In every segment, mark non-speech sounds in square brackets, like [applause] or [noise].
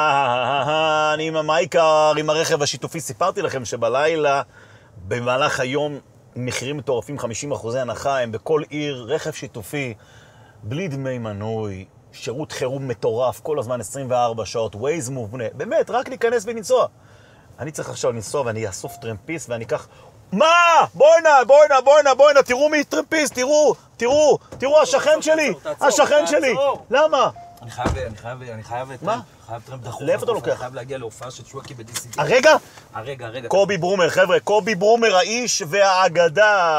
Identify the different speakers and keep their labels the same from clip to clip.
Speaker 1: אה, אני עם המייקר, עם הרכב השיתופי, סיפרתי לכם שבלילה, במהלך היום, מחירים מטורפים, 50% הנחה, הם בכל עיר, רכב שיתופי, בלי דמי מנוי, שירות חירום מטורף, כל הזמן 24 שעות, ווייז מובנה, באמת, רק להיכנס ולנסוע. אני צריך עכשיו לנסוע ואני אאסוף טרמפיסט ואני אקח... מה? בואנה, בואנה, בואנה, בואנה, תראו מי טרמפיסט, תראו, תראו, תראו, השכן
Speaker 2: תעצור,
Speaker 1: שלי,
Speaker 2: תעצור, תעצור,
Speaker 1: השכן שלי.
Speaker 2: תעצור.
Speaker 1: למה?
Speaker 2: אני חייב, אני חייב, אני חייב את...
Speaker 1: מה?
Speaker 2: חייב טרמפ דחוף.
Speaker 1: לאיפה אתה
Speaker 2: דחוף,
Speaker 1: לוקח?
Speaker 2: אני חייב להגיע להופעה של שוואקי ב-DCD.
Speaker 1: הרגע?
Speaker 2: הרגע, הרגע.
Speaker 1: קובי ברומר, חבר'ה, קובי ברומר, האיש והאגדה.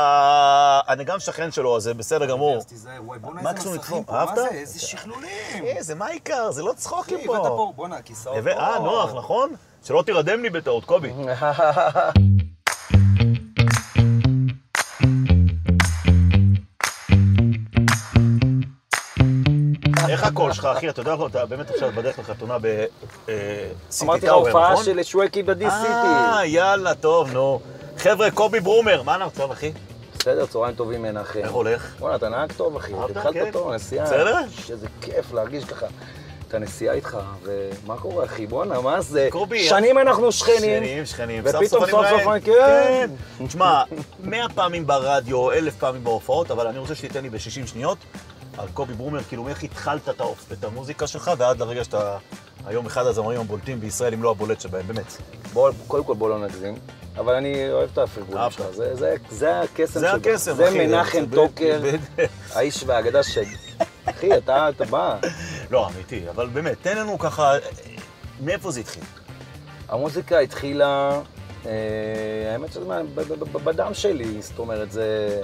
Speaker 1: אני גם שכן שלו, אז זה בסדר גמור.
Speaker 2: אז תיזהר, וואי, בואנה איזה
Speaker 1: מקסימום
Speaker 2: מסכים
Speaker 1: נתפור.
Speaker 2: פה, מה
Speaker 1: אהבת?
Speaker 2: זה? איזה שכלולים.
Speaker 1: אה, זה מייקר, זה לא צחוקים
Speaker 2: אחי, הבאת
Speaker 1: פה.
Speaker 2: פה, בואנה, הכיסאות
Speaker 1: הבא-
Speaker 2: פה.
Speaker 1: אה, נוח,
Speaker 2: [laughs]
Speaker 1: נכון? שלא תירדם לי בטעות, קובי. איך הקול שלך, אחי? אתה יודע, אתה באמת עכשיו בדרך לחתונה אה, בסיטי
Speaker 3: אמרתי לך,
Speaker 1: טאוור,
Speaker 3: הופעה
Speaker 1: נכון?
Speaker 3: של שווקי ב-DCT.
Speaker 1: אה, יאללה, טוב, נו. חבר'ה, קובי ברומר, מה המצב, אחי?
Speaker 3: בסדר, צהריים טובים מנחם.
Speaker 1: איך הולך?
Speaker 3: בואנה, אתה נהג טוב, אחי.
Speaker 1: אהבת? כן.
Speaker 3: התחלת טוב, נסיעה.
Speaker 1: בסדר?
Speaker 3: איזה כיף להרגיש ככה. את הנסיעה איתך, ומה קורה, אחי? בואנה, מה זה?
Speaker 1: קובי, אה,
Speaker 3: שנים אנחנו שכנים.
Speaker 1: שכנים, שכנים.
Speaker 3: ופתאום
Speaker 1: סוף אני
Speaker 3: סוף סוף
Speaker 1: מראיין.
Speaker 3: אני- כן.
Speaker 1: תשמע, מאה פעמים ברדיו, אלף פעמים בהופעות, אבל אני רוצה שתיתן לי ב-60 שניות על קובי ברומר, כאילו, איך התחלת את האופ- את המוזיקה שלך, ועד לרגע שאתה היום אחד הזמרים הבולטים בישראל, אם לא הבולט שבהם, באמת.
Speaker 3: בוא, קודם כל בוא לא נגזים, אבל אני אוהב את הפרגון
Speaker 1: אהבת.
Speaker 3: שלך. זה- זה- זה הקסם
Speaker 1: זה
Speaker 3: שלך.
Speaker 1: הקסם,
Speaker 3: זה
Speaker 1: אחי.
Speaker 3: מנחם
Speaker 1: זה ב-
Speaker 3: טוקר,
Speaker 1: ב-
Speaker 3: האיש והאגדה ש... אחי, אתה אתה בא.
Speaker 1: לא, אמיתי, אבל באמת, תן לנו ככה, אה, מאיפה זה התחיל?
Speaker 3: המוזיקה התחילה, אה, האמת שזה מה- ב- ב- ב- בדם שלי, זאת אומרת, זה,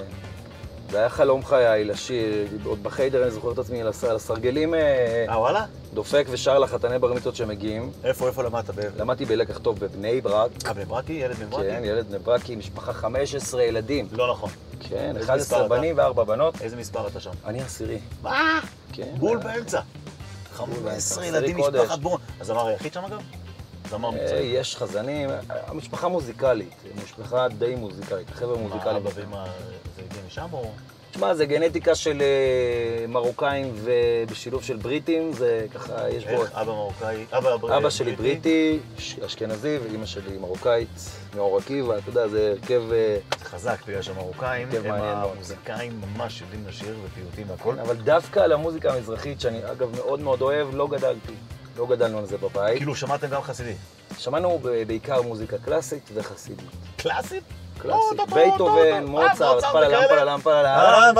Speaker 3: זה היה חלום חיי לשיר, עוד בחיידר אני זוכר את עצמי על הס- על הסרגלים אה,
Speaker 1: אה, וואלה?
Speaker 3: דופק ושר לחתני בר מצוות שמגיעים.
Speaker 1: איפה, איפה למדת? ב-
Speaker 3: למדתי בלקח טוב בבני ברק,
Speaker 1: אה, בבני ברקי? ילד בני
Speaker 3: כן,
Speaker 1: ברקי?
Speaker 3: ילד בני ברקי, משפחה 15 ילדים,
Speaker 1: לא נכון.
Speaker 3: כן,
Speaker 1: איזה מספר
Speaker 3: 11
Speaker 1: אתה?
Speaker 3: בנים וארבע בנות,
Speaker 1: איזה מספר אתה שם?
Speaker 3: אני עשירי,
Speaker 1: מה?
Speaker 3: כן.
Speaker 1: בול
Speaker 3: אה,
Speaker 1: באמצע.
Speaker 3: באמצע,
Speaker 1: 15
Speaker 3: זה
Speaker 1: ילדים,
Speaker 3: קודש.
Speaker 1: משפחת בורון. הזמר היחיד שם אגב? זמר
Speaker 3: אה,
Speaker 1: מקצועי.
Speaker 3: יש חזנים, המשפחה מוזיקלית, משפחה די מוזיקלית, חבר'ה
Speaker 1: מה,
Speaker 3: מוזיקליים.
Speaker 1: אבא ואמא זה הגיע משם או...
Speaker 3: תשמע, זה גנטיקה של אה, מרוקאים ובשילוב של בריטים, זה ככה, יש בו...
Speaker 1: איך? אבא מרוקאי? אבא בר-
Speaker 3: כן, אבא שלי בריטי, ש- אשכנזי, ואימא שלי מרוקאית, מאור עקיבא, אתה יודע, זה הרכב... אה,
Speaker 1: זה חזק, בגלל שהמרוקאים
Speaker 3: כן,
Speaker 1: הם
Speaker 3: מעניין מאוד.
Speaker 1: המוזיקאים ממש יודעים לשיר ופיוטים והכל.
Speaker 3: אבל דווקא על המוזיקה המזרחית, שאני אגב מאוד מאוד אוהב, לא גדלתי. לא גדלנו על זה בבית.
Speaker 1: כאילו שמעתם גם חסידי.
Speaker 3: שמענו ב- בעיקר מוזיקה קלאסית וחסידית.
Speaker 1: קלאסית? לא,
Speaker 3: קלאסית. בייטהובן,
Speaker 1: אה,
Speaker 3: מוצרט, פללם, פללם, פללם.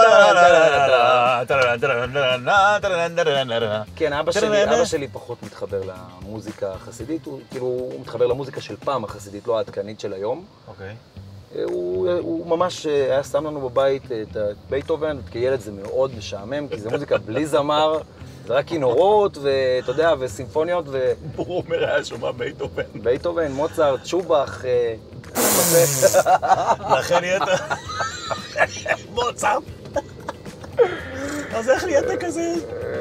Speaker 3: כן, אבא שלי, אבא שלי פחות מתחבר למוזיקה החסידית, הוא כאילו, הוא מתחבר למוזיקה של פעם החסידית, לא העדכנית של היום.
Speaker 1: אוקיי.
Speaker 3: אה, הוא, אה, הוא ממש אה, היה שם לנו בבית אה, את ה- את בייטהובן, כילד זה מאוד משעמם, כי זה מוזיקה בלי זמר, זה רק כינורות, ואתה יודע, וסימפוניות,
Speaker 1: ברומר היה "אה, שומע בייטהובן.
Speaker 3: ובייטהובן, מוצרט, צ'ובח, אה, זה-
Speaker 1: לכן נהיית... מוצר. אז איך נהיית כזה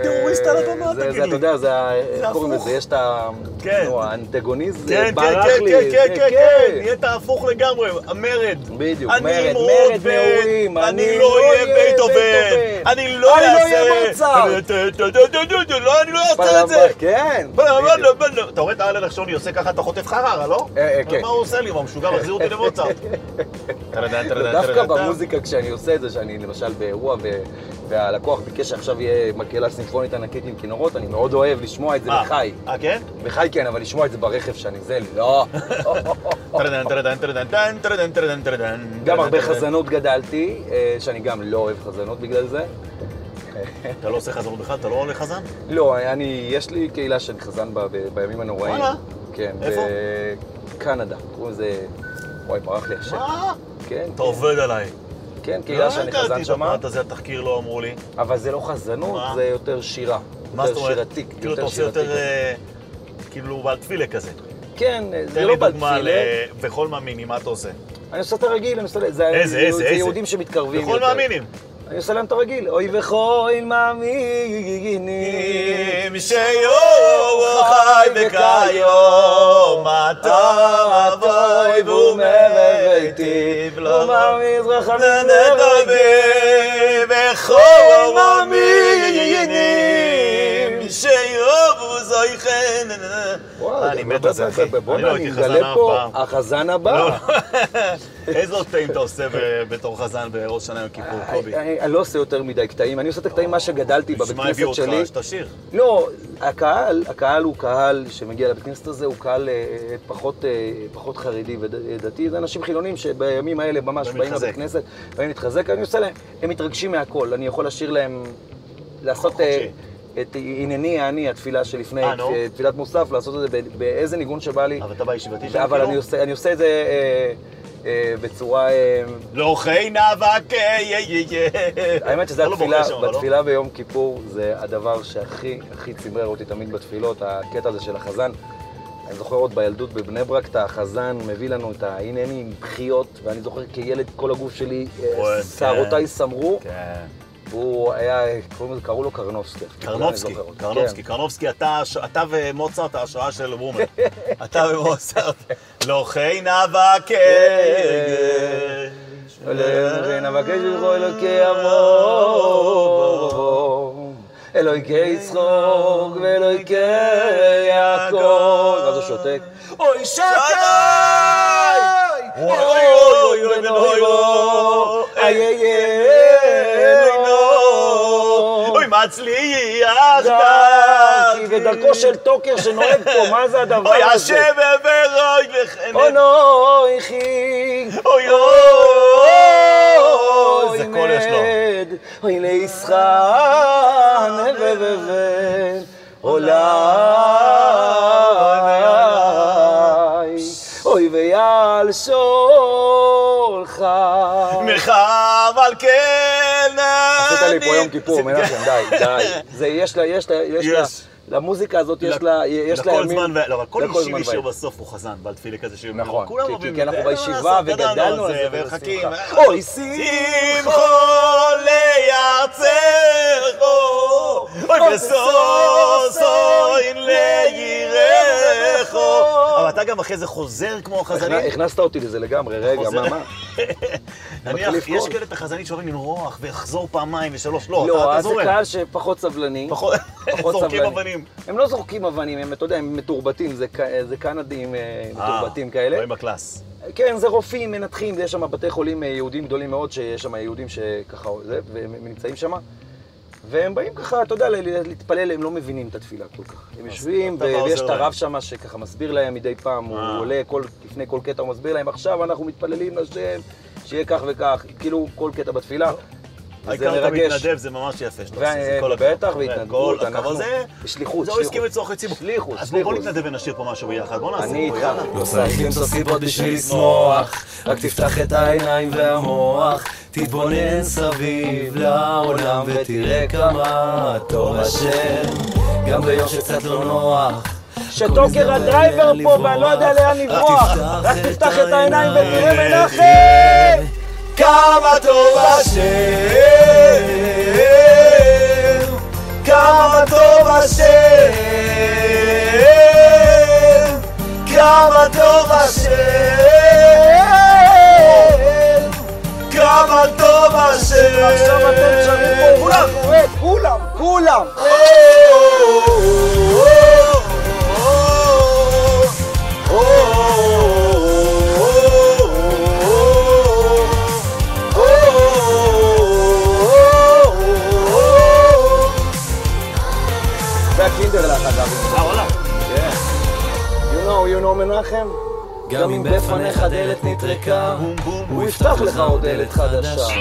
Speaker 1: טרוריסט על הבמה,
Speaker 3: זה,
Speaker 1: תגיד
Speaker 3: זה, אתה
Speaker 1: לי?
Speaker 3: יודע, זה, ה- איך
Speaker 1: הפוך.
Speaker 3: קוראים לזה, יש את ה...
Speaker 1: כן.
Speaker 3: נו, האנטגוניזם,
Speaker 1: כן, כן,
Speaker 3: ברח
Speaker 1: כן,
Speaker 3: אה, לי,
Speaker 1: כן,
Speaker 3: זה,
Speaker 1: כן, כן, כן, נהיית הפוך לגמרי, המרד.
Speaker 3: בדיוק,
Speaker 1: אני
Speaker 3: מרד,
Speaker 1: מאוד
Speaker 3: מרד
Speaker 1: בן,
Speaker 3: נעורים,
Speaker 1: אני לא אהיה בייטהובן, אני לא
Speaker 3: אני לא
Speaker 1: אעשה...
Speaker 3: אהיה מוצרט.
Speaker 1: מוצר. לא, אני לא אעשה את
Speaker 3: פלאבה,
Speaker 1: זה. לא,
Speaker 3: כן,
Speaker 1: בלה,
Speaker 3: בדיוק.
Speaker 1: בלה, בלה. אתה רואה את הארלן נחשוני עושה ככה, אתה חוטף חררה, לא?
Speaker 3: אה, אה, כן.
Speaker 1: מה הוא עושה לי? מה, הוא משוגע, מחזיר אותי
Speaker 3: [laughs]
Speaker 1: למוצרט. לא-
Speaker 3: דווקא במוזיקה כשאני עושה את זה, שאני למשל באירוע ו... והלקוח ביקש שעכשיו יהיה מקהלה סימפונית ענקית עם כינורות, אני מאוד אוהב לשמוע את זה
Speaker 1: אה,
Speaker 3: בחי.
Speaker 1: אה, כן?
Speaker 3: בחי כן, אבל לשמוע את זה ברכב שאני זה,
Speaker 1: [laughs]
Speaker 3: לא.
Speaker 1: טרדן, טרדן, טרדן, טרדן, טרדן, טרדן, טרדן.
Speaker 3: גם הרבה
Speaker 1: טרדן.
Speaker 3: חזנות גדלתי, אה, שאני גם לא אוהב חזנות בגלל זה.
Speaker 1: אתה לא עושה חזנות בכלל? אתה לא עולה חזן?
Speaker 3: לא, אני, יש לי קהילה שאני חזן בה ב- בימים הנוראים.
Speaker 1: וואלה?
Speaker 3: כן.
Speaker 1: איפה?
Speaker 3: בקנדה, קוראים לזה... וואי, ברח לי השם.
Speaker 1: מה? לא
Speaker 3: כן,
Speaker 1: אתה עובד עליי.
Speaker 3: כן, קהילה שאני חזן שמה.
Speaker 1: זה התחקיר לא אמרו לי.
Speaker 3: אבל זה לא חזנות,
Speaker 1: מה?
Speaker 3: זה יותר שירה.
Speaker 1: מה זאת אומרת?
Speaker 3: יותר שירתיק.
Speaker 1: כאילו אתה עושה
Speaker 3: שירתיק.
Speaker 1: יותר... אה, כאילו בעל תפילה כזה.
Speaker 3: כן, זה
Speaker 1: תן
Speaker 3: לא
Speaker 1: לי
Speaker 3: בת
Speaker 1: דוגמה
Speaker 3: תפילה.
Speaker 1: ל- וכל מאמינים, מה אתה עושה?
Speaker 3: אני עושה את הרגיל, אני עושה... זה
Speaker 1: איזה, איזה,
Speaker 3: זה
Speaker 1: איזה?
Speaker 3: יהודים שמתקרבים
Speaker 1: וכל
Speaker 3: יותר.
Speaker 1: מאמינים.
Speaker 3: אני עושה להם את הרגיל. אוי וכל
Speaker 1: אה,
Speaker 3: מאמינים.
Speaker 1: שיורו
Speaker 3: [laughs] חי וכיום, אתה אבוי ומביתי, כלומר מזרח המזרח.
Speaker 1: בכל
Speaker 3: מאמינים,
Speaker 1: שיובו זוהי חן...
Speaker 3: וואו,
Speaker 1: אני מת על זה, אחי. אני לא
Speaker 3: בוא'נה,
Speaker 1: הייתי
Speaker 3: אני
Speaker 1: חזן
Speaker 3: מגלה
Speaker 1: אף
Speaker 3: פה,
Speaker 1: פעם. לא,
Speaker 3: החזן הבא.
Speaker 1: איזה עוד קטעים אתה עושה ב- בתור חזן בראש שנה יום כיפור, קובי?
Speaker 3: אני- אני אני לא עושה יותר מדי קטעים, אני עושה את הקטעים מה שגדלתי בבית
Speaker 1: שמע, הביאו
Speaker 3: כנסת
Speaker 1: אותך,
Speaker 3: שלי.
Speaker 1: שתשיר.
Speaker 3: לא, הקהל, הקהל הוא קהל שמגיע לבית כנסת הזה, הוא קהל אה, אה, פחות, אה, פחות חרדי ודתי, זה אנשים חילונים שבימים האלה ממש
Speaker 1: באים
Speaker 3: באים
Speaker 1: להתחזק.
Speaker 3: לבית כנסת, באים להתחזק, אני עושה להם, הם מתרגשים מהכל, אני יכול לשיר להם, לעשות אה, את ענייני העני, התפילה שלפני,
Speaker 1: אה, נו.
Speaker 3: אה, תפילת מוסף, לעשות את זה ב- באיזה ניגון שבא לי,
Speaker 1: אבל אתה בישיבתי שם,
Speaker 3: אבל אני
Speaker 1: כאילו?
Speaker 3: עושה, אני עושה את זה אה, אה, בצורה... אה,
Speaker 1: לא חיי נאבק, אה, יה, יה, יה.
Speaker 3: האמת שזה
Speaker 1: אתה לא
Speaker 3: התפילה,
Speaker 1: בוחר שם, אבל לא?
Speaker 3: בתפילה ביום כיפור זה הדבר שהכי הכי צמרר אותי תמיד בתפילות, הקטע הזה של החזן. אני זוכר עוד בילדות בבני ברק, את החזן מביא לנו את הענייני עם בחיות, ואני זוכר כילד כל הגוף שלי, אה,
Speaker 1: אוי, כן.
Speaker 3: שערותיי סמרו,
Speaker 1: כן.
Speaker 3: והוא היה, קוראים לזה- קראו לו קרנובסקי. אולי אני לא
Speaker 1: קרנובסקי,
Speaker 3: זוכר אותו. כן.
Speaker 1: קרנובסקי, קרנובסקי, אתה הש- אתה ומוצרט ההשראה של
Speaker 3: [laughs]
Speaker 1: וומן. אתה ומוצרט. לא חיי נאבק, אה, אה,
Speaker 3: כן. אלוהינו נבקש ממך אלוקי אברום, אלוהיקי יצחוק ואלוהיקי יעקב. ואז הוא שותק. אוי שקי!
Speaker 1: אוי, אוי, אוי, אוי, אוי, אוי,
Speaker 3: איי איי
Speaker 1: אוי,
Speaker 3: איי
Speaker 1: אוי, מצליח
Speaker 3: דרכי
Speaker 1: דרכי.
Speaker 3: ודרכו של טוקר שנוהג פה, מה זה הדבר
Speaker 1: אוי,
Speaker 3: הזה?
Speaker 1: השם אברוי וחן.
Speaker 3: אוי לא." נויכי,
Speaker 1: אוי, לא." אוי, זה
Speaker 3: אוי
Speaker 1: קול יש לו.
Speaker 3: נד, אוי לישחן, ובבן, עולי, אוי ויעל שולך.
Speaker 1: מחב על כן.
Speaker 3: עשית לי פה יום כיפור,
Speaker 1: עשית-
Speaker 3: מנחם, די, די. זה יש לה, יש לה, יש לה,
Speaker 1: יש.
Speaker 3: למוזיקה הזאת יש לה, יש לה
Speaker 1: לכל
Speaker 3: ימים.
Speaker 1: זמן ו... לא, אבל כל
Speaker 3: לכל
Speaker 1: אישי
Speaker 3: זמן
Speaker 1: אישי
Speaker 3: והם.
Speaker 1: בסוף הוא חזן, בעל תפילה כזה שהוא...
Speaker 3: נכון,
Speaker 1: כולם
Speaker 3: כי-
Speaker 1: אוהבים
Speaker 3: כי אנחנו
Speaker 1: את זה, אין מה
Speaker 3: בישיבה
Speaker 1: לעשות, גדלנו
Speaker 3: וגדלנו
Speaker 1: על
Speaker 3: על
Speaker 1: זה,
Speaker 3: לא, זה, אה,
Speaker 1: ומחכים.
Speaker 3: ובשמחה.
Speaker 1: אוי,
Speaker 3: אוי,
Speaker 1: שמחו לירצך, אוי,
Speaker 3: אוי,
Speaker 1: ושושון
Speaker 3: ושושון
Speaker 1: לירחו.
Speaker 3: לירחו.
Speaker 1: אבל אתה גם אחרי זה חוזר כמו החזנים.
Speaker 3: אה, הכנסת אותי לזה לגמרי, רגע,
Speaker 1: חוזר.
Speaker 3: מה, מה?
Speaker 1: נניח,
Speaker 3: מחליף
Speaker 1: יש
Speaker 3: קול.
Speaker 1: כאלה את החזנים שאוהבים למרוח, ויחזור פעמיים ושלוש, לא,
Speaker 3: לא,
Speaker 1: אתה- אתה
Speaker 3: אז זה
Speaker 1: זורם.
Speaker 3: קהל שפחות סבלני.
Speaker 1: פחות
Speaker 3: פחות
Speaker 1: זורקים
Speaker 3: סבלני.
Speaker 1: אבנים.
Speaker 3: הם לא זורקים אבנים, הם, אתה יודע, הם מתורבתים, זה, ק- זה קנדים אה, מתורבתים
Speaker 1: אה,
Speaker 3: כאלה.
Speaker 1: רואים בקלאס.
Speaker 3: כן, זה רופאים, מנתחים, יש שם בתי חולים אה, יהודים גדולים מאוד, שיש שם יהודים שככה, זה, והם הם נמצאים שם. והם באים ככה, אתה יודע, ל- ל- להתפלל, הם לא מבינים את התפילה כל כך. הם יושבים,
Speaker 1: אתה בא
Speaker 3: ו- ויש
Speaker 1: עוזר
Speaker 3: את
Speaker 1: להם.
Speaker 3: הרב שם שככה מסביר להם מדי פעם, הוא
Speaker 1: אה.
Speaker 3: עולה כל, לפני כל קטע, הוא מסביר להם, עכשיו אנחנו מתפללים לשם, שיהיה כך וכך, כאילו כל קטע בתפילה. וזה
Speaker 1: העיקר אתה
Speaker 3: מרגש.
Speaker 1: מתנדב, זה ממש יפה שאתה עושה, זה
Speaker 3: ו-
Speaker 1: כל הכבוד.
Speaker 3: בטח,
Speaker 1: זה
Speaker 3: והתנדבות,
Speaker 1: כל הכבוד.
Speaker 3: אנחנו...
Speaker 1: זה-
Speaker 3: שליחות,
Speaker 1: זה לא
Speaker 3: שליחות.
Speaker 1: אוהב הסכים לצורכי ציבור.
Speaker 3: שליחות,
Speaker 1: אז בוא- בוא
Speaker 3: שליחות.
Speaker 1: נתנדב ונשיר פה משהו ביחד, בוא נעשה
Speaker 3: אני
Speaker 1: פה,
Speaker 3: איתך.
Speaker 1: יאללה.
Speaker 4: לא צריך למצוא סיבות בשביל לשמוח, רק תפתח את העיניים והמוח, תתבונן סביב לעולם ותראה כמה טוב השם, גם ביום שקצת לא נוח.
Speaker 3: שטוקר הדרייבר פה, ואני לא יודע לאן לברוח. רק תפתח את העיניים ותראה מנחם!
Speaker 4: כמה טוב השם, כמה טוב השם, כמה טוב השם, כמה טוב השם.
Speaker 3: עכשיו אתם שרים פה, כולם, כולם, כולם! זה הקינדר דרך אגב.
Speaker 1: אה, וואלה.
Speaker 3: You know, you know מנחם?
Speaker 4: גם אם בפניך דלת נטרקה, הוא
Speaker 3: יפתח לך עוד דלת חדשה.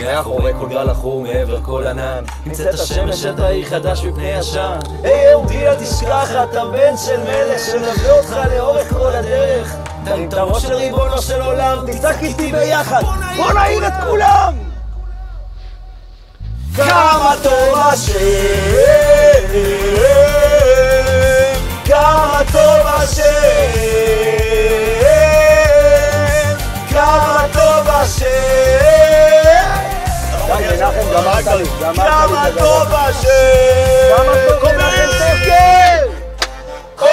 Speaker 4: מאחורי כל גל עכור מעבר כל ענן, נמצאת השמש את האי חדש מפני ישן.
Speaker 3: היי יהודי, אל תשכח, אתה בן של מלך שמלווה אותך לאורך כל הדרך. תרים את הראש של ריבונו של עולם, תצעק איתי ביחד. בוא נעיר את כולם!
Speaker 4: כמה טוב השם, כמה טוב השם, כמה טוב השם,
Speaker 3: די, מנחם, גמרת לי, גמרת לי.
Speaker 4: כמה טוב השם,
Speaker 3: כמה טוב מנחם סוקר! לא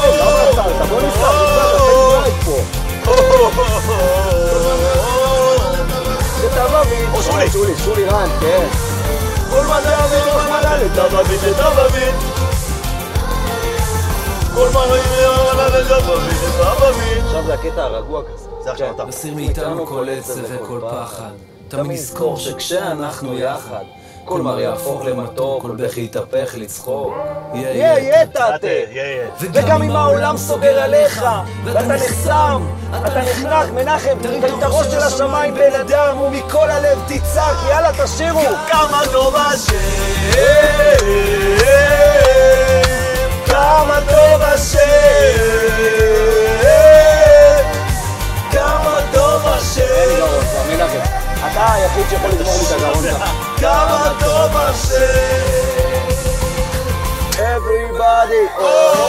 Speaker 3: מסרת, בוא נסתר, תעשה גבוהת פה. שתבבי, או שולי, שולי, שולי רן, כן. כל מדע ורחמנא לטבבי, לטבבי. עכשיו זה הקטע הרגוע כזה.
Speaker 1: זה עכשיו
Speaker 3: כן.
Speaker 1: אתה.
Speaker 4: נסיר מאיתנו כל עצב וכל פחד. תמיד נזכור שכשאנחנו יחד, כל מר יהפוך למתוק, כל בכי יתהפך לצחוק. יא
Speaker 3: יא
Speaker 4: יא.
Speaker 3: יא תתה!
Speaker 1: יא, יא.
Speaker 4: וגם אם העולם סוגר עליך, ואתה נחסם,
Speaker 3: אתה נחנק, מנחם,
Speaker 4: תרים את הראש של השמיים, בן
Speaker 3: אדם, ומכל הלב תצעק, יאללה, תשירו!
Speaker 1: כמה טוב השם, כמה טוב השם, כמה טוב
Speaker 3: לא
Speaker 1: השם,
Speaker 3: מנחם, אתה היחיד שיכול לגמור לי את הגרון ככה.
Speaker 1: [laughs] כמה טוב השם.
Speaker 3: Everybody!
Speaker 1: אוקיי,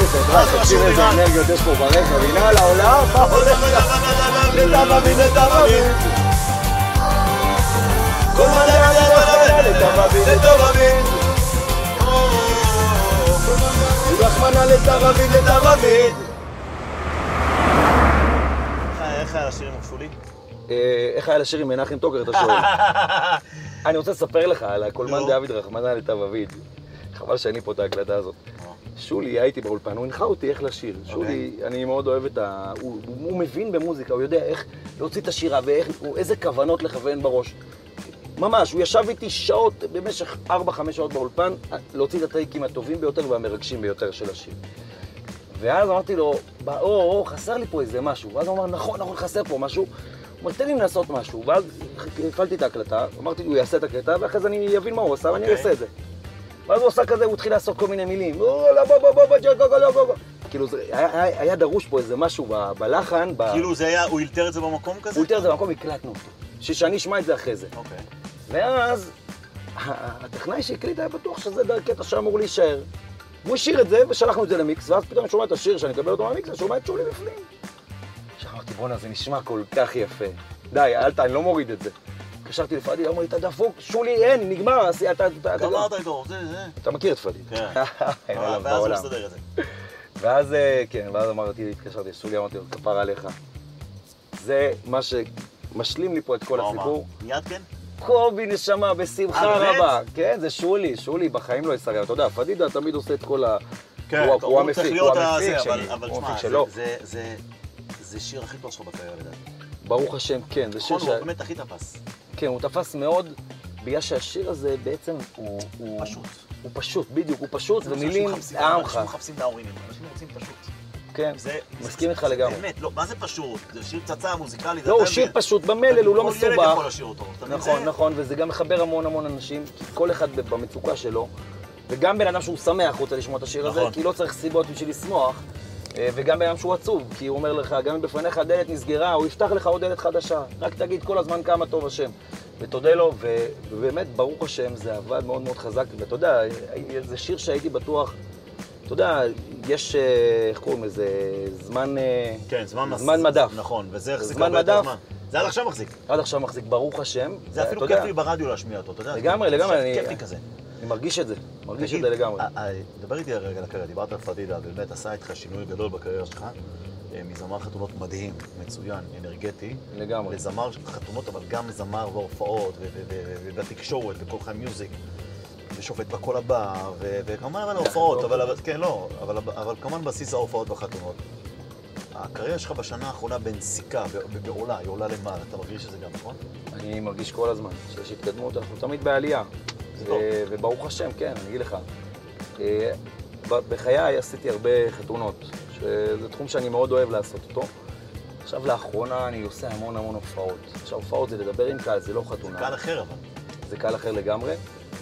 Speaker 3: איזה דרייב, תקשיב איזה אנרגיות יש פה ברקע, מבינה לעולם? מה הולך אה,
Speaker 1: איך היה השיר עם הכפולי?
Speaker 3: אה, איך היה לשיר עם מנחם טוקר, אתה שואל? אני רוצה לספר לך על הקולמן
Speaker 1: נו.
Speaker 3: דוד רחמנא לטב אביד. חבל שאני פה את ההקלטה הזאת. שולי היה איתי באולפן, הוא הנחה אותי איך לשיר. שולי, אני מאוד אוהב את ה... הוא הוא- הוא מבין במוזיקה, הוא יודע איך להוציא את השירה ואיזה כוונות לכוון בראש. ממש, הוא ישב איתי שעות, במשך 4-5 שעות באולפן, להוציא את הטייקים הטובים ביותר והמרגשים ביותר של השיר. ואז אמרתי לו, "בא, או, או, חסר לי פה איזה משהו. ואז הוא אמר, נכון, נכון, חסר פה משהו. הוא אמר, תן לי לנסות משהו. ואז הפעלתי את ההקלטה, אמרתי, הוא יעשה את הקטע, ואחרי זה אני אבין מה הוא עשה, ואני אעשה את זה. ואז הוא עשה כזה, הוא התחיל לעשות כל מיני מילים. "או, לא, בוא, בוא, בוא, בוא, ג'ו, גו, גו, לא, בוא, בוא." כאילו, זה- היה- היה היה דרוש פה איזה משהו ב- בלחן, ב-
Speaker 1: כאילו זה היה, הוא אילתר את זה במקום כזה?
Speaker 3: הוא יותר זה במקום, הקלטנו אותו. ש- שאני אשמע את זה אחרי זה.
Speaker 1: אוקיי.
Speaker 3: ואז ה- הטכנאי שהקליט היה בטוח שזה דרך קטע שאמור להישאר. והוא השאיר את זה ושלחנו את זה למיקס, ואז פתאום אני שומע את השיר שאני מקבל אותו מהמיקס, אני שומע את שולי בפנים. עכשיו אמרתי, בואנה, זה נשמע כל כך יפה. די, אל ת... אני לא מוריד את זה. התקשרתי לפדיד, אמר לי, אתה דפוק, שולי אין, נגמר, אז אתה... אתה- אתה-
Speaker 1: גמרת איתו, זה, זה.
Speaker 3: אתה מכיר את פדיד.
Speaker 1: כן.
Speaker 3: [laughs] אין
Speaker 1: אה,
Speaker 3: עליו
Speaker 1: ואז הוא
Speaker 3: בעולם.
Speaker 1: מסדר את זה.
Speaker 3: ואז, אה, כן, ואז אמרתי, התקשרתי לשולי, אמרתי לו, כפרה עליך. זה מה שמשלים לי פה את כל
Speaker 1: מה הוא אמר?
Speaker 3: הסיפור.
Speaker 1: מיד כן?
Speaker 3: קובי נשמה, בשמחה
Speaker 1: אה, באמת?
Speaker 3: רבה. כן, זה שולי, שולי בחיים לא יסרב. אתה יודע, פדידה תמיד עושה את כל ה...
Speaker 1: כן,
Speaker 3: הוא-
Speaker 1: טוב,
Speaker 3: הוא
Speaker 1: צריך
Speaker 3: המפיק, הוא
Speaker 1: להיות ה-
Speaker 3: המפיק
Speaker 1: זה,
Speaker 3: שלי,
Speaker 1: אבל- אבל
Speaker 3: הוא
Speaker 1: שמע,
Speaker 3: המפיק
Speaker 1: זה-
Speaker 3: שלו.
Speaker 1: זה- זה- זה שיר הכי טוב שלך בקריירה לדעתי.
Speaker 3: ברוך השם, כן, זה שיר
Speaker 1: נכון,
Speaker 3: ש...
Speaker 1: הוא באמת הכי תפס.
Speaker 3: כן, הוא תפס מאוד, בגלל שהשיר הזה בעצם הוא... הוא-
Speaker 1: פשוט.
Speaker 3: הוא פשוט, בדיוק, הוא פשוט,
Speaker 1: זה מה
Speaker 3: ומילים,
Speaker 1: שאנשים מחפשים,
Speaker 3: עמך.
Speaker 1: אנשים מחפשים את ההורים, אנשים רוצים פשוט.
Speaker 3: כן,
Speaker 1: זה-
Speaker 3: מסכים
Speaker 1: זה-
Speaker 3: איתך
Speaker 1: זה
Speaker 3: לגמרי.
Speaker 1: באמת, לא, מה זה פשוט? זה שיר פצצה מוזיקלית.
Speaker 3: לא, הוא שיר פשוט במלל, הוא לא
Speaker 1: כל ילד יכול
Speaker 3: מסובך.
Speaker 1: לשיר אותו. אתה מבין?
Speaker 3: נכון,
Speaker 1: זה-
Speaker 3: נכון, וזה גם מחבר המון המון אנשים, כי כל אחד ב- במצוקה שלו, וגם בן אדם שהוא שמח רוצה לשמוע את השיר הזה,
Speaker 1: נכון.
Speaker 3: כי לא צריך סיבות בשביל לשמוח, אה, וגם בן אדם שהוא עצוב, כי הוא אומר לך, גם אם בפניך הדלת נסגרה, הוא יפתח לך עוד דלת חדשה, רק תגיד כל הזמן כמה טוב השם. ותודה לו, ו- ובאמת, ברוך השם, זה עבד מאוד מאוד חזק, ואתה יודע, זה שיר שהייתי בטוח, אתה יודע, יש, אה, איך קוראים לזה, זמן... אה,
Speaker 1: כן, זמן מס-
Speaker 3: זמן מדף.
Speaker 1: נכון, וזה החזיק
Speaker 3: זמן
Speaker 1: הרבה יותר
Speaker 3: מדף.
Speaker 1: זמן. זה עד עכשיו מחזיק.
Speaker 3: עד עכשיו מחזיק, ברוך השם.
Speaker 1: זה אפילו
Speaker 3: אתה יודע,
Speaker 1: כיף לי ברדיו להשמיע אותו, אתה יודע?
Speaker 3: לגמרי,
Speaker 1: זה
Speaker 3: לגמרי, אני-
Speaker 1: כיף לי כזה.
Speaker 3: אני מרגיש את זה, מרגיש את
Speaker 1: תגיד,
Speaker 3: זה לגמרי.
Speaker 1: אה, אה, דבר איתי רגע על הקריירה, דיברת על פדידה, באמת עשה איתך שינוי גדול בקריירה שלך. אה, מזמר חתונות מדהים, מצוין, אנרגטי.
Speaker 3: לגמרי.
Speaker 1: לזמר חתונות, אבל גם לזמר והופעות, ו- ו- ו- ו- ובתקשורת, בכל חיי מיוזיק. ושופט בקול הבא, ו- וכמובן אבל ההופעות, אבל, אבל כן, לא, אבל, אבל כמובן בסיס ההופעות והחתונות. הקריירה שלך בשנה האחרונה בנסיקה, ב- ב- בעולה, היא עולה למעלה, אתה מרגיש את זה גם, נכון?
Speaker 3: אני מרגיש כל הזמן שיש התקדמות, אנחנו תמיד בעלייה.
Speaker 1: זה
Speaker 3: ו-
Speaker 1: טוב.
Speaker 3: וברוך השם, כן, אני אגיד לך. אה, ב- בחיי עשיתי הרבה חתונות, שזה תחום שאני מאוד אוהב לעשות אותו. עכשיו לאחרונה אני עושה המון המון הופעות. עכשיו הופעות זה לדבר עם קהל, זה לא חתונה,
Speaker 1: קהל אחר אבל.
Speaker 3: זה קהל אחר לגמרי.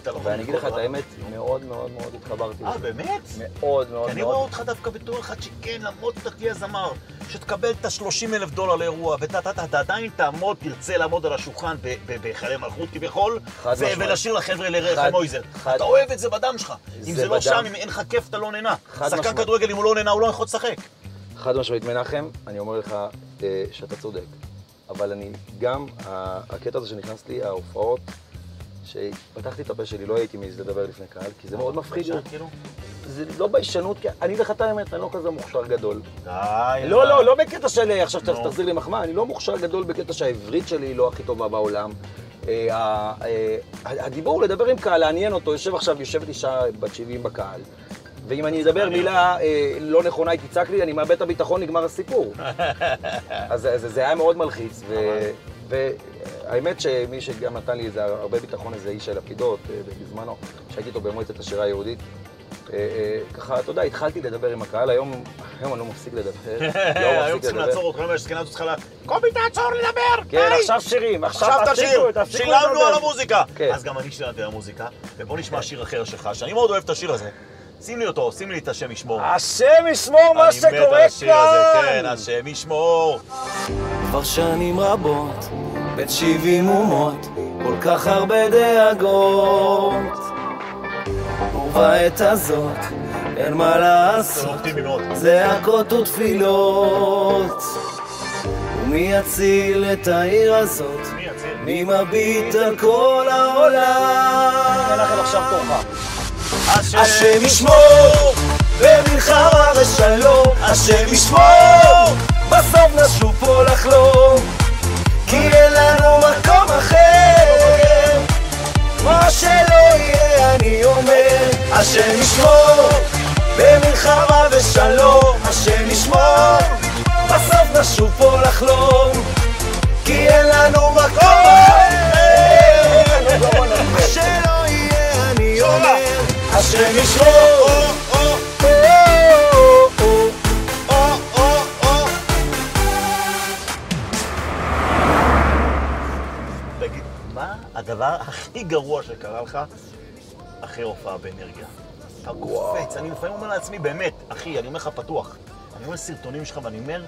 Speaker 1: אתה לא יכול
Speaker 3: ואני אגיד לך
Speaker 1: לבחור
Speaker 3: את
Speaker 1: רק-
Speaker 3: האמת, מאוד מאוד מאוד התחברתי
Speaker 1: אה,
Speaker 3: לזה.
Speaker 1: באמת?
Speaker 3: מאוד מאוד
Speaker 1: אני רואה
Speaker 3: מאוד.
Speaker 1: אותך דווקא בתור אחד שכן, למרות שאתה תהיה זמר, שתקבל את ה-30 אלף דולר לאירוע, ואתה אתה- אתה- אתה עדיין תעמוד, תרצה לעמוד על השולחן ב- ב- בהיכלי מלכות כביכול,
Speaker 3: חד
Speaker 1: ו-
Speaker 3: משמעית.
Speaker 1: ולשיר לחבר'ה
Speaker 3: חד-
Speaker 1: לרחם מויזר.
Speaker 3: חד-
Speaker 1: אתה אוהב את זה בדם שלך.
Speaker 3: זה
Speaker 1: אם זה לא
Speaker 3: בדם.
Speaker 1: שם, אם אין לך כיף, אתה לא נהנה.
Speaker 3: חד
Speaker 1: שחקן
Speaker 3: משמעית.
Speaker 1: כדורגל, אם הוא לא נהנה, הוא לא יכול לשחק.
Speaker 3: חד משמעית מנחם, אני אומר לך אה, שאתה צודק, אבל אני גם, ה- הקטע הזה שנכנס לי, ההופעות, שפתחתי את הפה שלי, לא הייתי מעז לדבר לפני קהל, כי זה מאוד מפחיד,
Speaker 1: עכשיו, כאילו?
Speaker 3: זה לא ביישנות, כי אני אגיד לך את האמת, אני לא כזה מוכשר גדול.
Speaker 1: די.
Speaker 3: לא,
Speaker 1: [laughs]
Speaker 3: לא, לא בקטע של אה, עכשיו
Speaker 1: נו.
Speaker 3: תחזיר לי מחמאה, אני לא מוכשר גדול בקטע שהעברית שלי היא לא הכי טובה בעולם. אה, ה- אה, הדיבור, לדבר עם קהל, לעניין אותו, יושב עכשיו, יושבת אישה בת 70 בקהל, ואם אני אדבר מילה אה, לא נכונה, היא תצעק לי, אני מאבד את הביטחון, נגמר [laughs] הסיפור. אז זה- זה זה היה מאוד מלחיץ, ו- והאמת שמי שגם נתן לי איזה הרבה ביטחון, איזה איש של לפידות אה, בזמנו, שהייתי איתו במועצת השירה היהודית. אה, אה, ככה, אתה יודע, התחלתי לדבר עם הקהל, היום היום אני לא מפסיק
Speaker 1: [laughs]
Speaker 3: לדבר. לא
Speaker 1: היום
Speaker 3: מפסיק
Speaker 1: צריכים
Speaker 3: לדבר.
Speaker 1: לעצור אותך, והזקנה הזאת צריכה לה... קובי, תעצור לדבר!
Speaker 3: כן,
Speaker 1: די!
Speaker 3: עכשיו שירים,
Speaker 1: עכשיו
Speaker 3: עכשיו
Speaker 1: תשאיר,
Speaker 3: תפסיקו, תפסיקו
Speaker 1: שילמנו
Speaker 3: לדבר.
Speaker 1: על המוזיקה.
Speaker 4: אוקיי.
Speaker 3: כן.
Speaker 1: אז גם אני שילמתי על המוזיקה, ובוא נשמע שיר אחר שלך, שאני מאוד אוהב את השיר הזה. שים לי אותו, שים לי את השם ישמור.
Speaker 4: אה,
Speaker 3: השם ישמור מה
Speaker 1: אני מת על
Speaker 3: שקורה
Speaker 1: השיר הזה,
Speaker 3: כאן!
Speaker 1: כן, השם ישמור.
Speaker 4: כבר שנים רבות, בין שבעים אומות, כל כך הרבה דאגות. ובעת הזאת, אין מה
Speaker 1: זה
Speaker 4: לעשות,
Speaker 1: אופטימי מאוד.
Speaker 4: זעקות ותפילות. ומי יציל את העיר הזאת?
Speaker 1: מי יציר?
Speaker 4: מי מביט על כל העולם?
Speaker 3: אתן לכם עכשיו תורך.
Speaker 4: השם ישמור במלחמה ושלום השם ישמור בסוף נשוב פה לחלום כי אין לנו מקום אחר מה שלא יהיה אני אומר השם ישמור במלחמה ושלום השם ישמור בסוף נשוב פה לחלום כי אין לנו מקום אחר מה שלא יהיה אני אומר השם ישמור
Speaker 1: תגיד, מה הדבר הכי גרוע שקרה לך אחרי הופעה באנרגיה? אתה קופץ, אני לפעמים אומר לעצמי, באמת, אחי, אני אומר לך פתוח. אני רואה סרטונים שלך ואני אומר,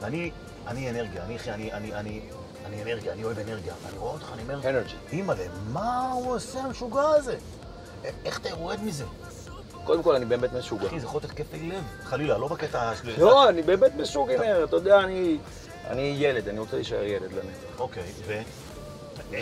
Speaker 1: ואני, אני אנרגיה, אני, אחי, אני, אני, אני, אני אנרגיה, אני אוהב אנרגיה. אני רואה אותך, אני אומר,
Speaker 3: Energy.
Speaker 1: אימא'לה, מה הוא עושה המשוגע הזה? א- איך אתה יורד מזה?
Speaker 3: קודם כל, אני באמת משוגע.
Speaker 1: אחי, זה יכול להיות התקפי לב. חלילה, לא בקטע של...
Speaker 3: לא, אני באמת משוגע, אתה יודע, אני... אני ילד, אני רוצה להישאר ילד לנצח.
Speaker 1: אוקיי, ו... כן.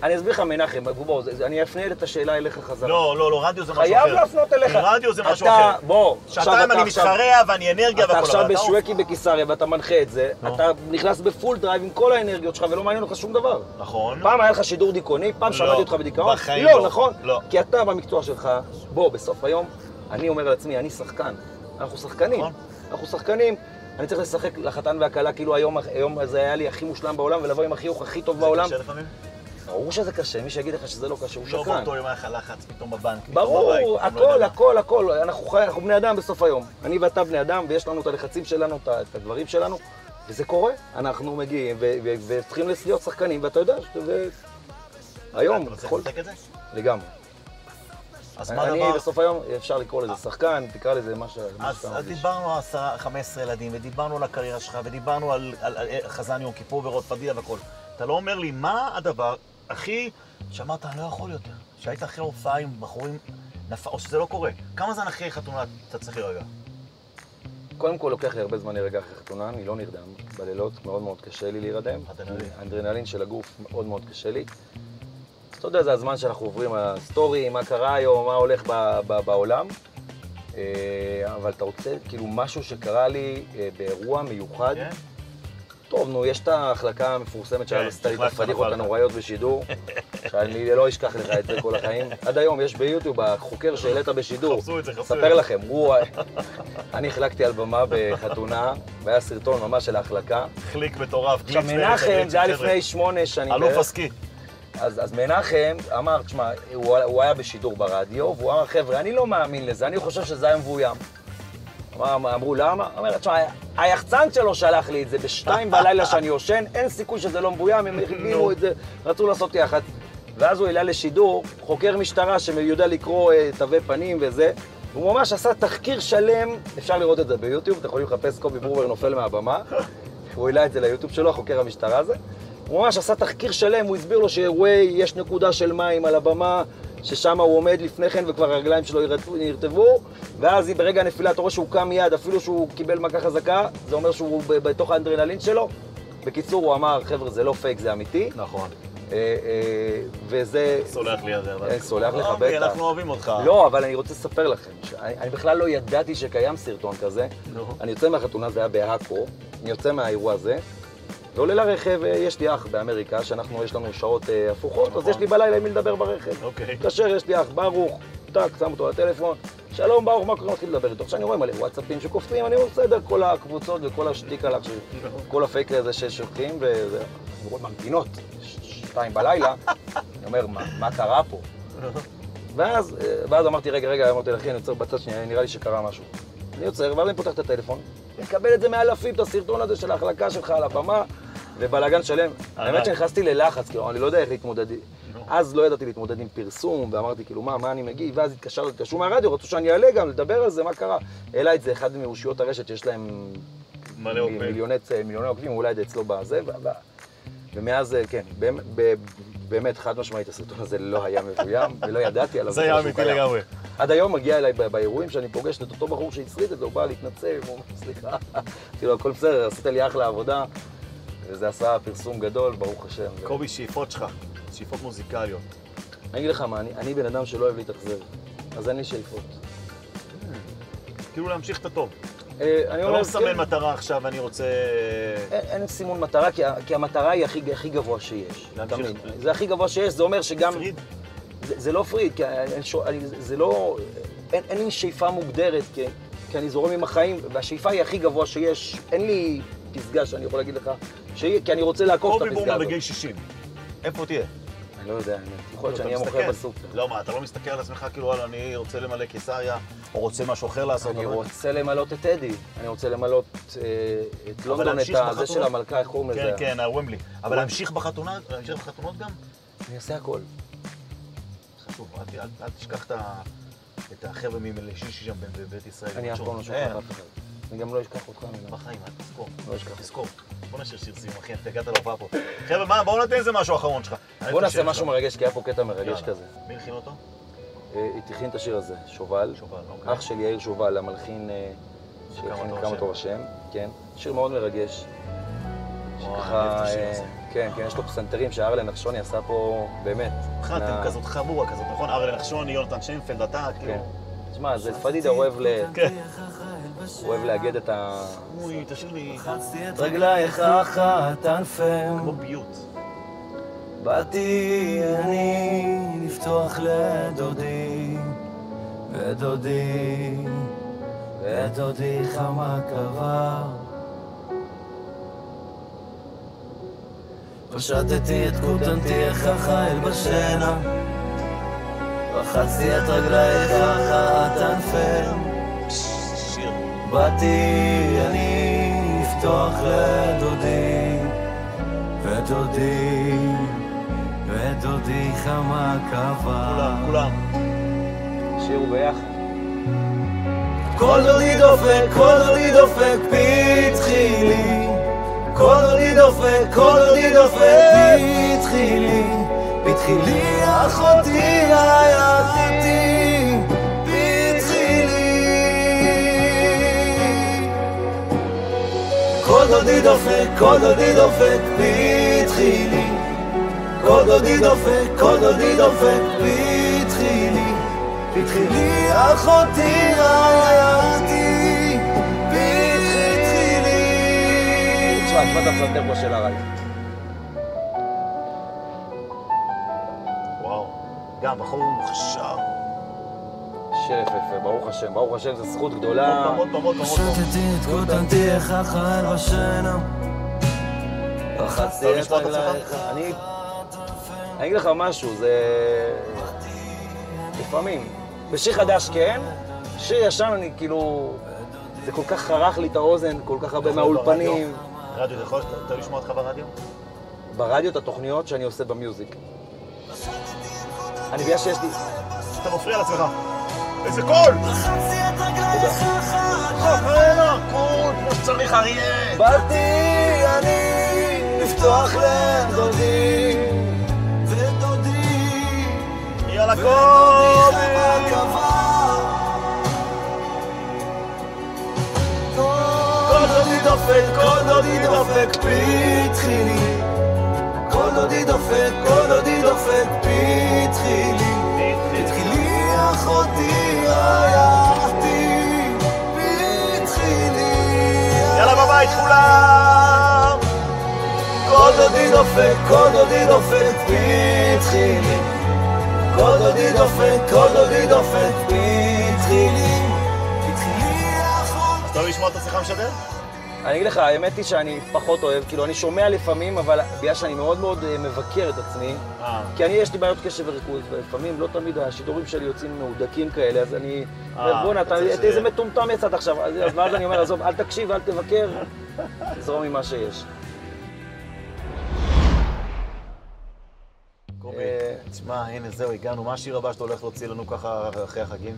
Speaker 3: ואני אסביר לך, מנחם, בוא, זה- זה- אני אפנה את השאלה אליך חזרה.
Speaker 1: לא, לא, לא, רדיו זה משהו אחר.
Speaker 3: חייב להפנות אליך.
Speaker 1: רדיו זה משהו
Speaker 3: אתה-
Speaker 1: אחר.
Speaker 3: בוא, עכשיו
Speaker 1: שעתיים
Speaker 3: אתה
Speaker 1: אני
Speaker 3: עכשיו-
Speaker 1: מתחרע ואני אנרגיה והכל,
Speaker 3: אתה עכשיו
Speaker 1: אבל
Speaker 3: בשווקי בקיסריה ואתה מנחה את זה,
Speaker 1: נו.
Speaker 3: אתה נכנס בפול דרייב עם כל האנרגיות שלך ולא מעניין אותך שום דבר.
Speaker 1: נכון.
Speaker 3: פעם היה לך שידור דיכאוני, פעם
Speaker 1: לא.
Speaker 3: שמעתי אותך בדיכאון.
Speaker 1: בחיים
Speaker 3: לא,
Speaker 1: לא.
Speaker 3: נכון?
Speaker 1: לא.
Speaker 3: כי אתה במקצוע שלך, בוא, בסוף היום, אני אומר לעצמי, אני שחקן. אנחנו שחקנים.
Speaker 1: נכון.
Speaker 3: אנחנו שחקנים. אני צריך לשחק לחתן והכלה, כאילו היום, היום הזה היה לי הכי מושלם בעולם, ולבוא עם החיוך הכי טוב בעולם.
Speaker 1: זה קשה לפעמים?
Speaker 3: ברור שזה קשה, מי שיגיד לך שזה לא קשה, הוא
Speaker 1: לא
Speaker 3: שקרן.
Speaker 1: באותו יום היה לך לחץ, פתאום בבנק, פתאום בבית.
Speaker 3: ברור,
Speaker 1: פתאום לא
Speaker 3: הכל,
Speaker 1: יודע מה.
Speaker 3: הכל, הכל. אנחנו חי- אנחנו בני אדם בסוף היום. אני ואתה בני אדם, ויש לנו את הלחצים שלנו, את ה- את הדברים שלנו, וזה קורה. אנחנו מגיעים, ו- ו- וצריכים להיות שחקנים, ואתה יודע שזה... היום,
Speaker 1: אתה רוצה
Speaker 3: כל-
Speaker 1: לשחק את זה?
Speaker 3: לגמרי.
Speaker 1: אז מה
Speaker 3: אני
Speaker 1: הדבר?
Speaker 3: בסוף היום, אפשר לקרוא לזה שחקן, תקרא לזה מה ש- מה
Speaker 1: אז
Speaker 3: שאתה
Speaker 1: אז
Speaker 3: מרגיש.
Speaker 1: דיברנו על 10, 15 ילדים, ודיברנו על הקריירה שלך, ודיברנו על על- על חזן יום כיפור ורוד פדידה והכל. אתה לא אומר לי, מה הדבר הכי שאמרת, אני לא יכול יותר? שהיית אחרי הופעה עם בחורים, נפ- או שזה לא קורה. כמה זמן אחרי חתונה אתה צריך להירגע?
Speaker 3: קודם כל, לוקח לי הרבה זמן להירגע אחרי חתונה, אני לא נרדם בלילות, מאוד מאוד קשה לי להירדם.
Speaker 1: אדרנלין.
Speaker 3: האדרנלין של הגוף מאוד מאוד קשה לי. אז אתה יודע, זה הזמן שאנחנו עוברים על הסטורי, מה קרה היום, מה הולך ב- ב- בעולם. אה, אבל אתה רוצה, כאילו, משהו שקרה לי אה, באירוע מיוחד.
Speaker 1: כן?
Speaker 3: טוב, נו, יש את ההחלקה המפורסמת שהיה
Speaker 1: כן,
Speaker 3: בסטייט,
Speaker 1: החלקת,
Speaker 3: הפדיחות
Speaker 1: נפלת.
Speaker 3: הנוראיות
Speaker 1: [laughs]
Speaker 3: בשידור, שאני לא אשכח לך את זה כל החיים. עד היום יש ביוטיוב, החוקר שהעלית בשידור,
Speaker 1: חפשו את זה, חפשו את
Speaker 3: ספר
Speaker 1: זה.
Speaker 3: לכם, הוא... [laughs] אני החלקתי על במה בחתונה, והיה סרטון ממש של ההחלקה.
Speaker 1: חליק מטורף.
Speaker 3: עכשיו,
Speaker 1: קליפ מארץ,
Speaker 3: מנחם,
Speaker 1: ארץ,
Speaker 3: זה היה
Speaker 1: חבר'ה.
Speaker 3: לפני שמונה שנים. אה?
Speaker 1: אלוף
Speaker 3: בערך.
Speaker 1: הסקי.
Speaker 3: אז, אז מנחם אמר, תשמע, הוא, הוא היה בשידור ברדיו, והוא אמר, חבר'ה, אני לא מאמין לזה, אני חושב שזה היה מבוים. אמר, אמרו, למה? אמר, תשמע, היחצן שלו שלח לי את זה בשתיים בלילה שאני יושן, אין סיכוי שזה לא
Speaker 1: [laughs]
Speaker 3: מבוים, הם הביאו את זה, רצו לעשות יח"צ. ואז הוא העלה לשידור חוקר משטרה שיודע לקרוא אה, תווי פנים וזה. הוא ממש עשה תחקיר שלם, אפשר לראות את זה ביוטיוב, אתם יכולים לחפש קובי ברובר נופל מהבמה. הוא העלה את זה ליוטיוב שלו, החוקר המשטרה הזה. הוא ממש עשה תחקיר שלם, הוא הסביר לו שוואי, יש נקודה של מים על הבמה, ששם הוא עומד לפני כן וכבר הרגליים שלו ירטבו- ירטבו, ואז היא ברגע הנפילה, אתה רואה שהוא קם מיד, אפילו שהוא קיבל מכה חזקה, זה אומר שהוא ב- בתוך האנדרנלין שלו. בקיצור, הוא אמר, חבר'ה, זה לא פייק, זה אמיתי.
Speaker 1: נכון.
Speaker 3: אה, אה, וזה...
Speaker 1: סולח לי על זה, אבל...
Speaker 3: אה, סולח לך,
Speaker 1: אוקיי,
Speaker 3: בטח.
Speaker 1: אנחנו אוהבים אותך.
Speaker 3: לא, אבל אני רוצה לספר לכם, שאני אני בכלל לא ידעתי שקיים סרטון כזה.
Speaker 1: נו.
Speaker 3: אני יוצא מהחתונה, זה היה בעכו, אני יוצא מהאירוע הזה, ועולה לרכב, אה, יש לי אח באמריקה, שאנחנו, יש לנו שעות אה, הפוכות, אז
Speaker 1: נכון.
Speaker 3: יש לי בלילה עם מי לדבר ברכב.
Speaker 1: אוקיי.
Speaker 3: מתקשר, יש לי אח ברוך, טאק, שם אותו לטלפון, שלום, ברוך, מה קורה? מתחיל לדבר איתו. עכשיו אני רואה מלא וואטסאפים שקופצים, אני אומר, בסדר, כל הקבוצות וכל השטיק עליו, כל הפייק הזה ששולחים, וזה... אני רואה ממתינות, ש- שתיים בלילה, אני אומר, "מה- מה קרה פה? ואז, אה, ואז אמרתי, רגע, רגע, אמרתי לאחי, אני עוצר בצד שנייה, נראה לי שקרה משהו. אני עוצר, ואז אני פותח את הטלפון, מקבל את זה מאלפים, את הסרטון הזה של ההחלקה שלך על הבמה, ובלאגן שלם. האמת שנכנסתי ללחץ, כאילו, אני לא יודע איך להתמודד. אז לא ידעתי להתמודד עם פרסום, ואמרתי, כאילו, מה, מה אני מגיב? ואז התקשרתי, התקשרו מהרדיו, רצו שאני אעלה גם, לדבר על זה, מה קרה. העלה את זה אחד מאושיות הרשת שיש להם
Speaker 1: מלא עוקבים.
Speaker 3: מיליוני, צ- מיליוני עוקבים, אולי זה אצלו בזה, ו- ו- ומאז, אה, כן, באמת- ב- באמת, חד משמעית, הסרטון הזה לא היה מבוים, [laughs] ולא ידעתי עליו.
Speaker 1: זה היה
Speaker 3: שהוא
Speaker 1: אמיתי
Speaker 3: קיים.
Speaker 1: לגמרי.
Speaker 3: עד היום מגיע אליי ב- באירועים שאני פוגש את אותו בחור שהצריד את זה, הוא בא להתנצל, הוא אומר, סליחה, [laughs] כאילו, הכל בסדר, עשית לי אחלה עבודה, וזה עשה פרסום גדול, ברוך השם. ו-
Speaker 1: קובי, שאיפות שלך, שאיפות מוזיקליות.
Speaker 3: אני אגיד לך מה, אני, אני בן אדם שלא אוהב להתאכזר, אז אין לי שאיפות.
Speaker 1: כאילו להמשיך את הטוב.
Speaker 3: אה, אני
Speaker 1: אתה
Speaker 3: אומר,
Speaker 1: לא
Speaker 3: כן,
Speaker 1: מסמן מטרה עכשיו, אני רוצה...
Speaker 3: אין, אין סימון מטרה, כי, ה- כי המטרה היא הכי, הכי גבוה שיש.
Speaker 1: להמשיך.
Speaker 3: תמיד. זה הכי גבוה שיש, זה אומר שגם...
Speaker 1: פריד?
Speaker 3: זה, זה לא פריד, כי אני, שו- אני, זה- זה לא... אין, אין לי שאיפה מוגדרת, כי, כי אני זורם עם החיים, והשאיפה היא הכי גבוה שיש. אין לי פסגה שאני יכול להגיד לך, שהיא, כי אני רוצה לעקוף את
Speaker 1: קובי
Speaker 3: הפסגה
Speaker 1: בורמה
Speaker 3: הזאת.
Speaker 1: בגיל 60. איפה תהיה?
Speaker 3: אני לא יודע, האמת. יכול להיות
Speaker 1: אתה
Speaker 3: שאני אהיה מוכר
Speaker 1: מסתכל.
Speaker 3: בסופר.
Speaker 1: לא, מה, אתה לא מסתכל על עצמך כאילו, וואלה, אני רוצה למלא קיסריה, או רוצה משהו אחר לעשות.
Speaker 3: אני
Speaker 1: אבל-
Speaker 3: רוצה למלות את טדי, אני רוצה למלות אה, את לונדון, את
Speaker 1: להמשיך
Speaker 3: ה- זה
Speaker 1: בחתונות?
Speaker 3: של המלכה, איך קוראים לזה?
Speaker 1: כן, כן, הוומבלי. אבל להמשיך בחתונה, להמשיך בחתונות גם?
Speaker 3: אני עושה הכל.
Speaker 1: חשוב, אל ת- אל- אל תשכח את ה- את החבר'ה ממלשישי שם ב- בבית ישראל.
Speaker 3: אני אף פעם לא
Speaker 1: אין,
Speaker 3: שוכח אף אחד. אני גם לא אשכח אותך, אני לא-
Speaker 1: בחיים, אל תזכור.
Speaker 3: לא אשכח.
Speaker 1: תזכור. בוא נשאיר שיר סיום, אחי, אתה הגעת להופעה פה. חבר'ה, מה, בואו נתן איזה משהו אחרון שלך.
Speaker 3: בוא נעשה משהו מרגש, כי היה פה קטע מרגש
Speaker 1: יאללה.
Speaker 3: כזה.
Speaker 1: מי הלחין אותו?
Speaker 3: אה, היא תכין את השיר הזה, שובל.
Speaker 1: שובל, אוקיי.
Speaker 3: אח של יאיר שובל, המלחין אה,
Speaker 1: כמה
Speaker 3: שהכין
Speaker 1: תור
Speaker 3: כמה
Speaker 1: השם.
Speaker 3: תור השם. כן. שיר מאוד מרגש.
Speaker 1: וואי, אני אוהב את
Speaker 3: שככה,
Speaker 1: השיר
Speaker 3: אה,
Speaker 1: הזה.
Speaker 3: כן, כן, יש לו פסנתרים שארלן נחשוני עשה פה, באמת.
Speaker 1: בכלל,
Speaker 3: נע-
Speaker 1: אתם כזאת חבורה כזאת, נכון? אריה נחשוני, יונתן שיינפלד, אתה,
Speaker 3: כן.
Speaker 1: כאילו...
Speaker 3: תשמע, זה פדידה אוהב ל-
Speaker 1: כן.
Speaker 3: הוא אוהב לאגד את ה...
Speaker 1: אוי, תשאיר לי
Speaker 4: רגלייך אחת ענפם,
Speaker 1: כמו פיוט.
Speaker 4: באתי אני לפתוח לדודי, ודודי, ודודי חמה כבר. פשטתי את כותנתייך החייל בשינה, רחצתי את רגלייך אחת ענפם.
Speaker 1: שיר.
Speaker 4: באתי אני לפתוח לדודי, ודודי, ודודי חמה
Speaker 1: כולם,
Speaker 4: קבע.
Speaker 1: כולם.
Speaker 3: שירו ביחד.
Speaker 4: כל דודי דופק, כל דודי דופק, פתחי לי. כל דודי דופק, כל דודי דופק, פתחי לי. פתחי לי אחותי, רעייתי, פתחי לי. כל דודי דופק, כל דודי דופק, פתחי לי. כל דודי דופק, כל דודי דופק, פתחי לי. פתחי לי אחותי, רעייתי, פתחי לי.
Speaker 3: תשמע, תשמע את הפסנתר פה של ארלן.
Speaker 1: וואו. גם בחור מוכשר.
Speaker 3: שיר יפהפה, ברוך השם. ברוך השם, זו זכות
Speaker 1: עוד
Speaker 3: גדולה.
Speaker 1: פעם, עוד פעם, עוד פעם.
Speaker 4: שתתי את כותנתי איך החייל בשינה. רחצתי
Speaker 1: לא
Speaker 4: את
Speaker 1: נשמע את
Speaker 4: רגלייך.
Speaker 1: עצמך?
Speaker 3: אני... אני אגיד לך משהו, זה... לפעמים. בשיר חדש כן, שיר ישן אני כאילו... זה כל כך חרך לי את האוזן, כל כך הרבה מהאולפנים.
Speaker 1: רדיו, אתה יכול אתה יכול לשמוע אותך ברדיו?
Speaker 3: ברדיו את התוכניות שאני עושה במיוזיק. אני בגלל שיש לי...
Speaker 1: אתה מפריע לעצמך. איזה קול! תודה. קול, כמו שצריך אריה!
Speaker 4: באתי אני לפתוח לדודי, ודודי,
Speaker 1: יאללה
Speaker 4: ודודי
Speaker 1: קול!
Speaker 4: במרכבה. כל דודי דופק, כל דודי דופק, פתחי לי. כל דודי דופק, כל דודי דופק, פתחי לי. התחילי אחותי, רעייתי, והתחילי.
Speaker 1: יאללה בבית כולם!
Speaker 4: כל דודי דופק, כל דודי דופק, והתחילי. כל דודי דופק, כל דודי דופק, והתחילי.
Speaker 1: לשמוע את עצמך משדר?
Speaker 3: אני אגיד לך, האמת היא שאני פחות אוהב, כאילו, אני שומע לפעמים, אבל בגלל שאני מאוד מאוד אה, מבקר את עצמי,
Speaker 1: אה.
Speaker 3: כי אני, יש לי בעיות קשב וריכוז, ולפעמים לא תמיד השידורים שלי יוצאים מהודקים כאלה, אז אני... אומר, בואנה,
Speaker 1: אתה
Speaker 3: אתה
Speaker 1: רוצה
Speaker 3: אתה
Speaker 1: שזה-
Speaker 3: איזה מטומטם יצאת עכשיו, אז אז ואז אני אומר, עזוב, אל תקשיב, אל תבקר, תזרום עם מה שיש.
Speaker 1: קובי,
Speaker 3: אה,
Speaker 1: תשמע, הנה, זהו, הגענו. מה השיר הבא שאתה הולך להוציא לנו ככה אחרי החגים?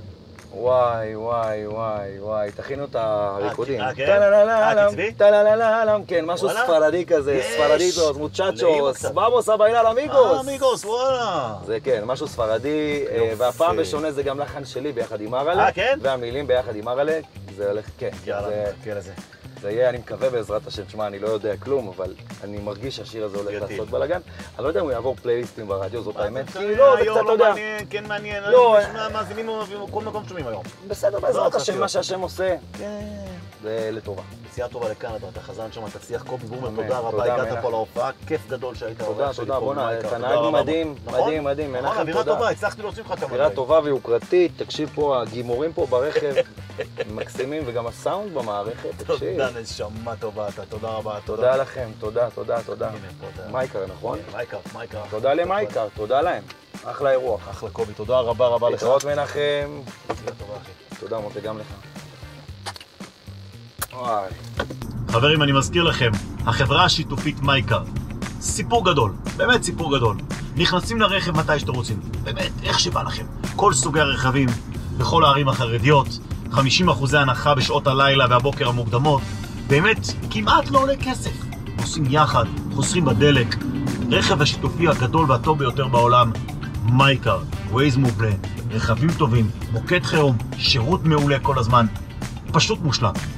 Speaker 3: וואי, וואי, וואי, וואי, תכינו את הריקודים.
Speaker 1: אה, כן? אה,
Speaker 3: טה-לה-לה-לה-לם,
Speaker 1: קצבי?
Speaker 3: טה-לה-לה-לה-לם, כן, משהו
Speaker 1: וואלה?
Speaker 3: ספרדי כזה,
Speaker 1: יש.
Speaker 3: ספרדיטוס,
Speaker 1: לאימא
Speaker 3: מוצ'צ'וס,
Speaker 1: קצת.
Speaker 3: ואמוס הביילה
Speaker 1: אה,
Speaker 3: למיגוס.
Speaker 1: מיגוס, וואלה.
Speaker 3: זה כן, משהו ספרדי, אה,
Speaker 1: יופי.
Speaker 3: והפעם בשונה זה גם לחן שלי ביחד עם אראלה.
Speaker 1: אה, כן?
Speaker 3: והמילים ביחד עם אראלה, זה הולך, כן.
Speaker 1: יאללה,
Speaker 3: זה-
Speaker 1: נתחיל לזה.
Speaker 3: זה יהיה, אני מקווה בעזרת השם, שמע, אני לא יודע כלום, אבל אני מרגיש שהשיר הזה הולך
Speaker 1: גדול.
Speaker 3: לעשות בלאגן. אני לא יודע אם הוא יעבור פלייליסטים ברדיו, זאת האמת,
Speaker 1: אתה
Speaker 3: כי לא, זה
Speaker 1: היום
Speaker 3: קצת,
Speaker 1: לא
Speaker 3: אתה יודע,
Speaker 1: מעניין, כן מעניין,
Speaker 3: לא,
Speaker 1: אני שומע, מאזינים בכל מקום שומעים היום.
Speaker 3: בסדר, בעזרת
Speaker 1: צריך
Speaker 3: השם,
Speaker 1: להיות.
Speaker 3: מה שהשם עושה,
Speaker 1: כן.
Speaker 3: זה לטובה.
Speaker 1: נסיעה טובה לקנדה, אתה חזן שם, תצליח קובי בומר,
Speaker 3: אמן.
Speaker 1: תודה רבה,
Speaker 3: תודה,
Speaker 1: הגעת
Speaker 3: מנחם.
Speaker 1: פה להופעה, כיף גדול שהיית
Speaker 3: תודה,
Speaker 1: האורח שלי
Speaker 3: תודה,
Speaker 1: פה,
Speaker 3: בואנה,
Speaker 1: מייקה,
Speaker 3: אתה
Speaker 1: תודה
Speaker 3: נהג
Speaker 1: רבה.
Speaker 3: מדהים,
Speaker 1: נכון?
Speaker 3: מדהים, מדהים,
Speaker 1: נכון,
Speaker 3: מנחם,
Speaker 1: אווירה
Speaker 3: תודה.
Speaker 1: טובה, הצלחתי להוציא לך את המדעים.
Speaker 3: אווירה טובה ויוקרתית, תקשיב פה, הגימורים פה
Speaker 1: [laughs]
Speaker 3: ברכב מקסימים, וגם הסאונד במערכת, תקשיב.
Speaker 1: תודה, נשמה טובה אתה, תודה רבה,
Speaker 3: תודה לכם, תודה, תודה, תודה.
Speaker 1: הנה, פה אתה.
Speaker 3: מייקר, נכון?
Speaker 1: מייקה, מייקה.
Speaker 3: תודה למייקר, תודה להם. אחלה אירוע.
Speaker 1: אחלה קובי, תודה רבה רבה לך.
Speaker 3: להתראות מנחם.
Speaker 1: תודה, תודה, אחי.
Speaker 3: תודה מוטי, גם לך. וואי.
Speaker 1: חברים, אני מזכיר לכם, החברה השיתופית מייקר, סיפור גדול, באמת סיפור גדול. נכנסים לרכב מתי שאתם רוצים, באמת, איך שבא לכם. כל סוגי הרכבים, בכל הערים החרדיות, 50% הנחה בשעות הלילה והבוקר המוקדמות, באמת, כמעט לא עולה כסף. נוסעים יחד, חוסכים בדלק. רכב השיתופי הגדול והטוב ביותר בעולם, מייקר, ווייז מובנה, רכבים טובים, מוקד חירום, שירות מעולה כל הזמן. פשוט מושלם.